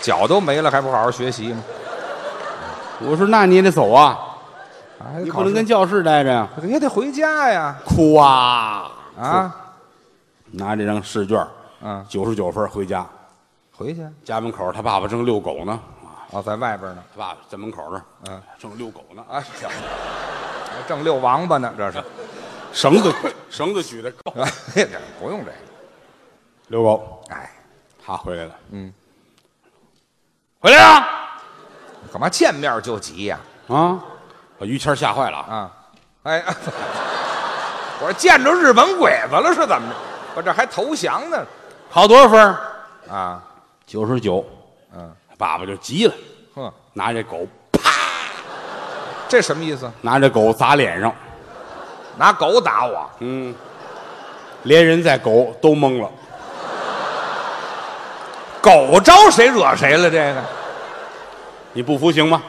S3: 脚都没了，还不好好学习吗？
S2: 我说那你也得走啊，
S3: 啊
S2: 你不能跟教室待着呀。
S3: 也得回家呀！
S2: 哭啊！
S3: 啊，
S2: 拿这张试卷，
S3: 嗯，
S2: 九十九分儿回家，
S3: 回去
S2: 家门口他爸爸正遛狗呢，啊
S3: 哦，在外边呢
S2: 他爸爸在门口这儿，
S3: 嗯，
S2: 正遛狗呢，
S3: 啊，行，正遛王八呢，这是，
S2: 绳子绳子举着高，
S3: 哎呀不用这个，
S2: 遛狗，
S3: 哎，
S2: 他回来了，
S3: 嗯，
S2: 回来啊了
S3: 干嘛见面就急呀、
S2: 啊，把于谦儿吓坏了
S3: 啊？，哎，我说见着日本鬼子了是怎么着？我这还投降呢，
S2: 考多少分儿？
S3: 啊，
S2: 九十九，
S3: 嗯，
S2: 爸爸就急了，
S3: 哼，
S2: 拿这狗
S3: 这什么意思？
S2: 拿这狗砸脸上，
S3: 拿狗打我？
S2: 嗯，连人带狗都懵了，
S3: 狗招谁惹谁了？这个
S2: 你不服行吗？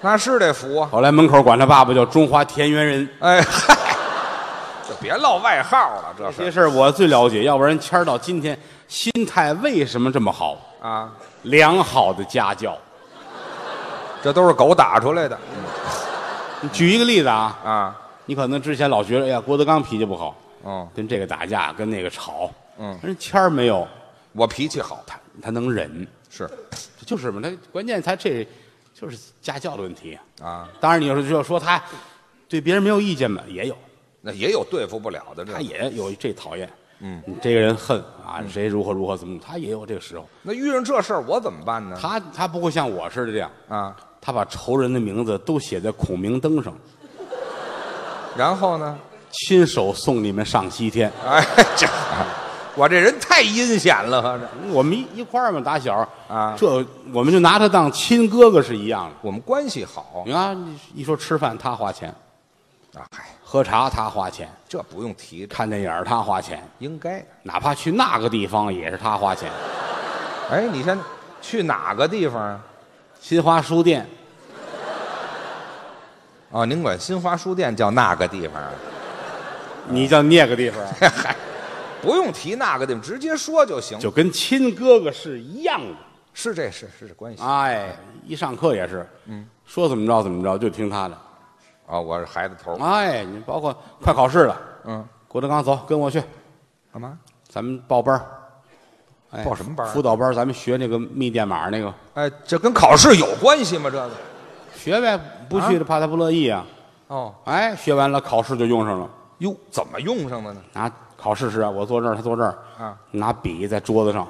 S3: 那是得服啊！
S2: 后来门口管他爸爸叫中华田园人。
S3: 哎 嗨，就别落外号了，这
S2: 这
S3: 是
S2: 些事儿我最了解，要不然谦儿到今天心态为什么这么好？
S3: 啊，
S2: 良好的家教，
S3: 这都是狗打出来的
S2: 你举一个例子啊，
S3: 啊，
S2: 你可能之前老觉得，哎呀，郭德纲脾气不好，
S3: 嗯。
S2: 跟这个打架，跟那个吵，
S3: 嗯
S2: 人谦儿没有，
S3: 我脾气好，
S2: 他他能忍，
S3: 是
S2: 这就是嘛，他关键他这就是家教的问题啊。
S3: 啊，
S2: 当然，你要是就说他对别人没有意见吧，也有，
S3: 那也有对付不了的这
S2: 他
S3: 个。
S2: 也有这讨厌，
S3: 嗯，
S2: 你这个人恨啊，谁如何如何怎么，他也有这个时候，
S3: 那遇上这事儿我怎么办呢？
S2: 他他不会像我似的这样。
S3: 啊，
S2: 他把仇人的名字都写在孔明灯上，
S3: 然后呢？
S2: 亲手送你们上西天。
S3: 哎，这我这人太阴险了，合着
S2: 我们一一块儿嘛，打小
S3: 啊
S2: 这我们就拿他当亲哥哥是一样的。
S3: 我们关系好
S2: 你看，一说吃饭他花钱，
S3: 啊，嗨，
S2: 喝茶他花钱，
S3: 这不用提，
S2: 看电影儿他花钱，
S3: 应该。
S2: 哪怕去那个地方也是他花钱。
S3: 哎，你先去哪个地方啊？
S2: 新华书店
S3: 哦，您管新华书店叫那个地方啊？
S2: 你叫那个地方，
S3: 嗨，不用提那个地方，直接说就行。
S2: 就跟亲哥哥是一样的。
S3: 是这是是这关系啊、
S2: 哎，一上课也是，嗯，说怎么着怎么着就听他的。
S3: 哦我是孩子头儿。
S2: 哎，你包括快考试了，
S3: 嗯，
S2: 郭德纲走，跟我去，
S3: 干嘛？
S2: 咱们报班儿哎
S3: 报什么班儿啊
S2: 辅导班儿咱们学那个密电码那个，
S3: 哎，这跟考试有关系吗？这个？
S2: 学呗，不去的怕他不乐意啊。
S3: 哦，
S2: 哎，学完了考试就用上了，
S3: 哟，怎么用上的呢？
S2: 拿考试时啊，我坐这儿，他坐这儿，
S3: 啊，
S2: 拿笔在桌子上，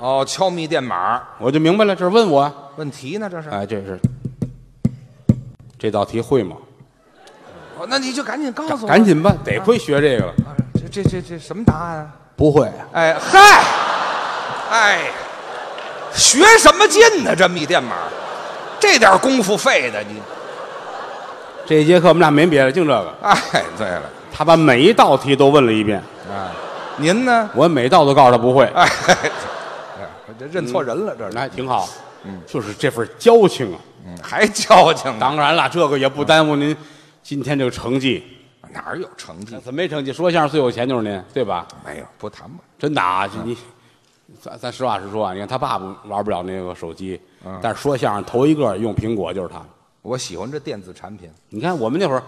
S3: 哦，敲密电码，
S2: 我就明白了，这是问我啊，
S3: 问题呢？这是？
S2: 哎，这是这道题会吗？
S3: 哦，那你就赶紧告诉我，
S2: 赶紧吧，得亏学这个了，
S3: 啊！这这这这什么答案啊？
S2: 不会，
S3: 哎嗨，哎，学什么劲呢？这密电码，这点功夫费的你。
S2: 这节课我们俩没别的，净这个，
S3: 哎，对了，
S2: 他把每一道题都问了一遍，
S3: 啊，您呢？
S2: 我每道都告诉他不会，
S3: 哎，哎我这 认错人了，这
S2: 那
S3: 是，
S2: 还挺好，嗯，就是这份交情啊。
S3: 嗯还矫情呢？
S2: 当然了，这个也不耽误您今天这个成绩。
S3: 哪儿有成绩？
S2: 怎么没成绩？说相声最有钱就是您，对吧？
S3: 没有，不谈吧。
S2: 真的啊，就你，咱咱实话实说啊，你看他爸爸玩不了那个手机，但是说相声头一个用苹果就是他。
S3: 我喜欢这电子产品，
S2: 你看我们那会儿，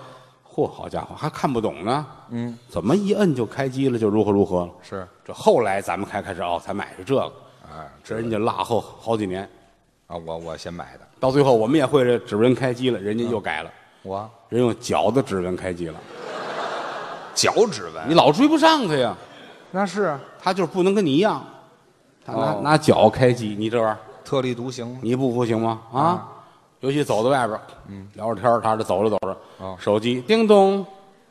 S2: 嚯，好家伙，还看不懂呢。嗯，怎么一摁就开机了，就如何如何了？
S3: 是
S2: 这后来咱们才开始哦，才买的这个，
S3: 啊，
S2: 这人家落后好几年，
S3: 啊，我我先买的，
S2: 到最后我们也会这指纹开机了，人家又改了，
S3: 我
S2: 人用脚的指纹开机了，
S3: 脚指纹
S2: 你，老追不上他呀。
S3: 那是啊
S2: 他就是不能跟你一样，他拿、
S3: 哦
S2: 拿脚开机，你这玩意儿
S3: 特立独行吗？
S2: 你不服行吗？啊，尤其走到外边，嗯，聊着天儿他这走着走着，
S3: 哦
S2: 手机叮咚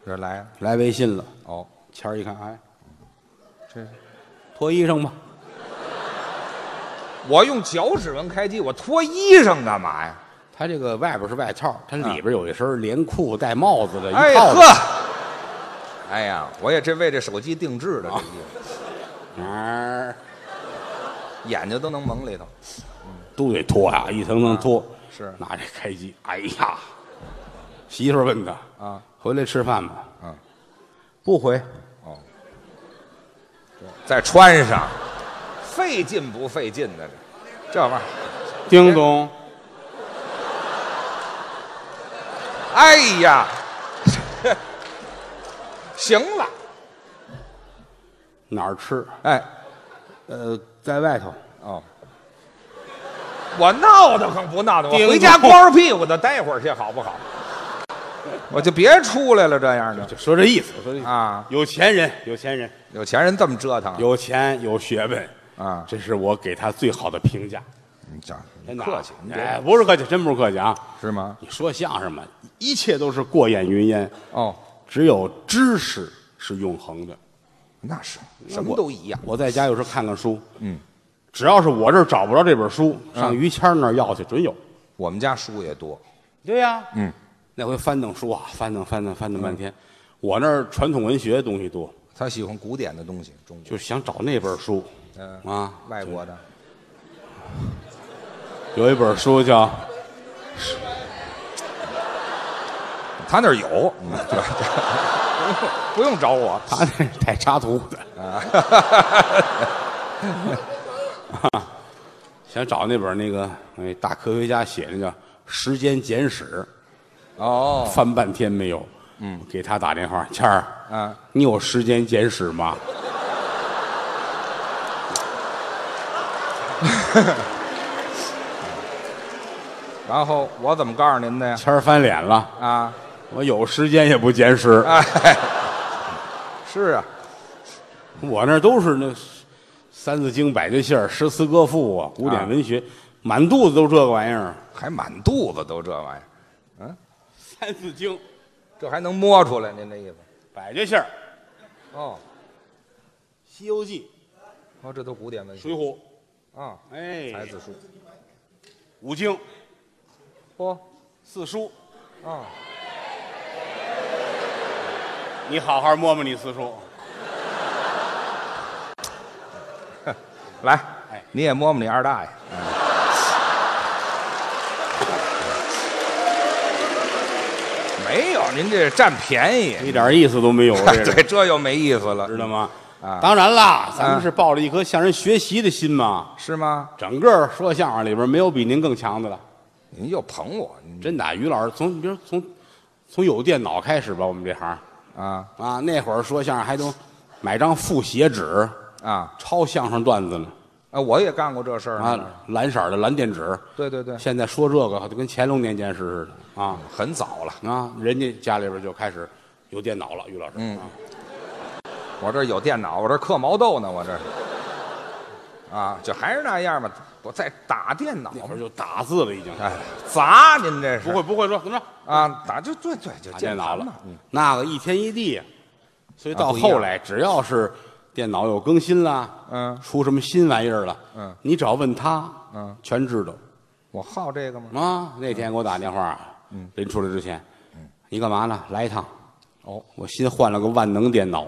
S3: 这来了
S2: 来微信了，
S3: 哦，
S2: 谦儿一看，哎，
S3: 这
S2: 脱衣裳吧，
S3: 我用脚趾纹开机，我脱衣裳干嘛呀？
S2: 他这个外边是外套，它里边有一身连裤带帽子的
S3: 哎
S2: 一套子。
S3: 呵，哎呀，我也这为这手机定制的这衣服，
S2: 哎，
S3: 眼睛都能蒙里头。
S2: 都得脱呀、一层层脱。
S3: 是
S2: 拿这开机，哎呀，媳妇儿问他
S3: 啊，
S2: 回来吃饭吗？
S3: 嗯，
S2: 不回。
S3: 再穿上，费劲不费劲的这，这玩意儿，
S2: 叮咚，
S3: 哎 呀，行了，
S2: 哪儿吃？
S3: 哎，
S2: 呃，在外头。
S3: 哦，我闹得慌不闹得慌，
S2: 叮咚
S3: 我回家光着屁股的待会儿去好不好？ 我就别出来了，这样的
S2: 就说这意思，我说这意思
S3: 啊，
S2: 有钱人，有钱人，
S3: 有钱人这么折腾啊，
S2: 有钱有学问
S3: 啊
S2: 这是我给他最好的评价。
S3: 你讲
S2: 真的啊
S3: 客气，你别
S2: 哎，不是客气，真不是客气啊！
S3: 是吗？
S2: 你说相声嘛，一切都是过眼云烟，
S3: 哦，
S2: 只有知识是永恒的。
S3: 那是什么都一样，
S2: 我在家有时候看看书，嗯，只要是我这儿找不着这本书，上于谦儿那儿要去，准有。
S3: 我们家书也多，
S2: 对呀、嗯，那回翻腾书啊，翻腾翻腾翻腾半天，我那儿传统文学的东西多，
S3: 他喜欢古典的东西，中国
S2: 就想找那本书。
S3: 嗯
S2: 啊，
S3: 外国的
S2: 有一本书叫
S3: 他那儿有，嗯对 不用找我。
S2: 他那是带插图的啊， 想找那本那个哎大科学家写那叫《时间简史
S3: 哦》，，
S2: 翻半天没有。嗯，给他打电话，谦儿，
S3: 啊，
S2: 你有《时间简史》吗？
S3: 然后我怎么告诉您的呀？
S2: 谦儿翻脸了，
S3: 啊，
S2: 我有时间也不简史，
S3: 哎，是啊，
S2: 我那儿都是那三字经、百家姓儿、诗词歌赋啊，古典文学，满肚子都这个玩意儿。
S3: 还满肚子都这玩意儿，
S2: 三字经、
S3: 这还能摸出来？您这意思？
S2: 百家姓儿、
S3: 哦，
S2: 西游记、
S3: 哦，这都古典文学
S2: 水浒，
S3: 啊，才
S2: 哎，
S3: 子书，
S2: 五经、
S3: 嚯，
S2: 四书。
S3: 啊，
S2: 你好好摸摸你四叔，
S3: 来
S2: 哎，
S3: 你也摸摸你二大爷。嗯没有，您这占便宜，
S2: 一点意思都没 有，这
S3: 对，这又没意思了
S2: 知，道吗？
S3: 啊
S2: 当然啦，咱
S3: 啊
S2: 们是抱着一颗向人学习的心嘛。
S3: 是吗？
S2: 整个说相声里边没有比您更强的了，
S3: 您又捧我，您
S2: 真的。于老师从，比如从从有电脑开始吧，我们这行
S3: 啊
S2: 啊，那会儿说相声还都买张复写纸
S3: 啊
S2: 抄相声段子呢
S3: 啊！我也干过这事儿呢。
S2: 啊，蓝色的蓝垫纸。
S3: 对对对，
S2: 现在说这个就跟乾隆年间似的啊
S3: 很早了，
S2: 啊，人家家里边就开始有电脑了，于老师。
S3: 嗯
S2: 啊
S3: 我这有电脑，我这刻毛豆呢，我这是。啊，就还是那样吧，我在打电脑
S2: 那。会儿就打字了，已经。
S3: 哎，砸您这是
S2: 不会不会说，怎么着？
S3: 啊？打就对对，就
S2: 打
S3: 键
S2: 电脑
S3: 盘
S2: 了
S3: 嘛。嗯，
S2: 那个一天一地呀，所以
S3: 啊
S2: 到
S3: 不一样
S2: 后来，只要是电脑有更新啦，
S3: 嗯
S2: 出什么新玩意儿了，
S3: 嗯，
S2: 你只要问他，
S3: 嗯，
S2: 全知道
S3: 我好这个吗？
S2: 啊。那天给我打电话，嗯，临出来之前，嗯，你干嘛呢？来一趟，
S3: 哦，
S2: 我新换了个万能电脑，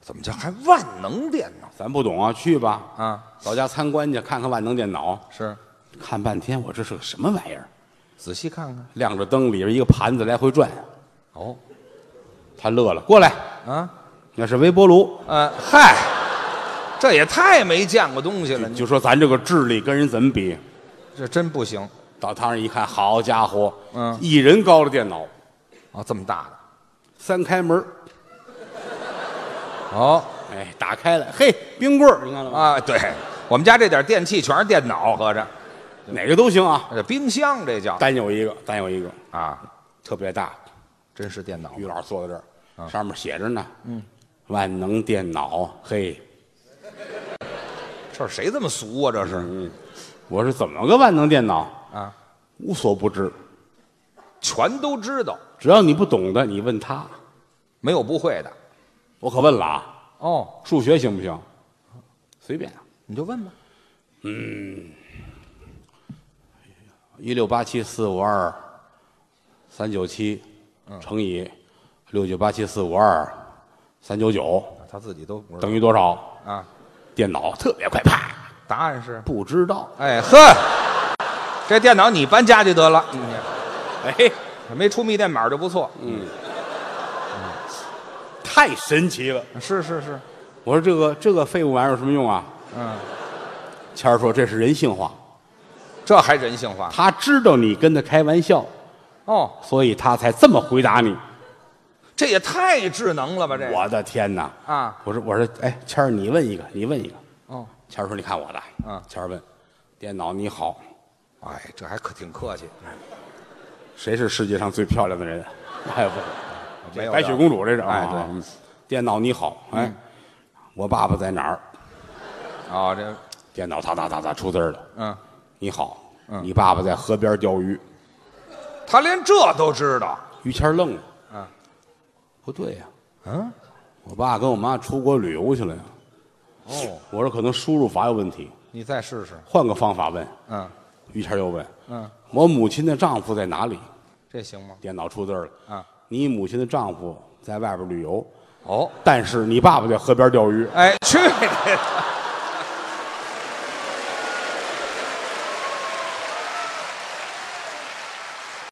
S3: 怎么叫还万能电脑
S2: 咱不懂啊，去吧，
S3: 啊？
S2: 老家参观去，看看万能电脑。
S3: 是，
S2: 看半天，我这是个什么玩意儿？
S3: 仔细看看。
S2: 亮着灯，里边一个盘子来回转，
S3: 哦，
S2: 他乐了，过来，
S3: 啊，
S2: 那是微波炉。
S3: 呃，嗨，这也太没见过东西了，你
S2: 就说咱这个智力跟人怎么比？
S3: 这真不行
S2: 到他那儿一看，好家伙，
S3: 嗯
S2: 一人高的电脑，
S3: 啊！这么大的
S2: 三开门儿，
S3: 哦
S2: 哎，打开了，嘿，冰棍儿，你看了吗？
S3: 啊，对我们家这点电器全是电脑，合着
S2: 哪个都行啊，
S3: 这冰箱这叫
S2: 单有一个，单有一个，
S3: 啊，
S2: 特别大。
S3: 真是电脑
S2: 于老师坐在这儿，上面写着呢，嗯，万能电脑，嘿，
S3: 这谁这么俗啊？这是
S2: 嗯，我是怎么个万能电脑？
S3: 啊，
S2: 无所不知，
S3: 全都知道，
S2: 只要你不懂的，你问他。
S3: 没有不会的
S2: 我可问了啊，
S3: 哦。
S2: 数学行不行？随便啊，
S3: 你就问吧。
S2: 一六八七四五二三九七乘以六九八七四五二三九九
S3: 他自己都不知
S2: 等
S3: 道
S2: 于多少？
S3: 啊。
S2: 电脑特别快，啪！
S3: 答案是，
S2: 不知道，
S3: 哎呵，这电脑你搬家去得了。嗯
S2: 哎，
S3: 没出密电码就不错。
S2: 太神奇了！
S3: 是是是，
S2: 我说这个这个废物玩意儿有什么用啊？
S3: 嗯，
S2: 谦儿说这是人性化，
S3: 这还人性化
S2: 他知道你跟他开玩笑，
S3: 哦，
S2: 所以他才这么回答你。
S3: 这也太智能了吧？这
S2: 我的天哪！
S3: 啊，
S2: 我说我说，哎，谦儿，你问一个，你问一个。
S3: 哦，
S2: 谦儿说：“你看我的。”
S3: 嗯
S2: 谦儿问：“电脑你好，
S3: 哎，这还可挺客气，
S2: 谁是世界上最漂亮的人？” 哎，不是，
S3: 没有
S2: 白雪公主这是。
S3: 哎
S2: 啊
S3: 对嗯
S2: 嗯电脑你好，哎，我爸爸在哪儿？
S3: 啊，这
S2: 电脑哒哒哒哒出字儿了。
S3: 嗯，
S2: 你好，你爸爸在河边钓鱼。
S3: 他连这都知道，
S2: 于谦儿愣了。
S3: 嗯，
S2: 不对呀，
S3: 嗯，
S2: 我爸跟我妈出国旅游去了呀。
S3: 哦，
S2: 我说可能输入法有问题，
S3: 你再试试，
S2: 换个方法问。
S3: 嗯
S2: 于谦儿又问
S3: 嗯，：“
S2: 我母亲的丈夫在哪里
S3: 这行吗？？”
S2: 电脑出字儿了。
S3: 啊，
S2: 你母亲的丈夫在外边旅游，
S3: 哦，
S2: 但是你爸爸在河边钓鱼。
S3: 哎，去你的！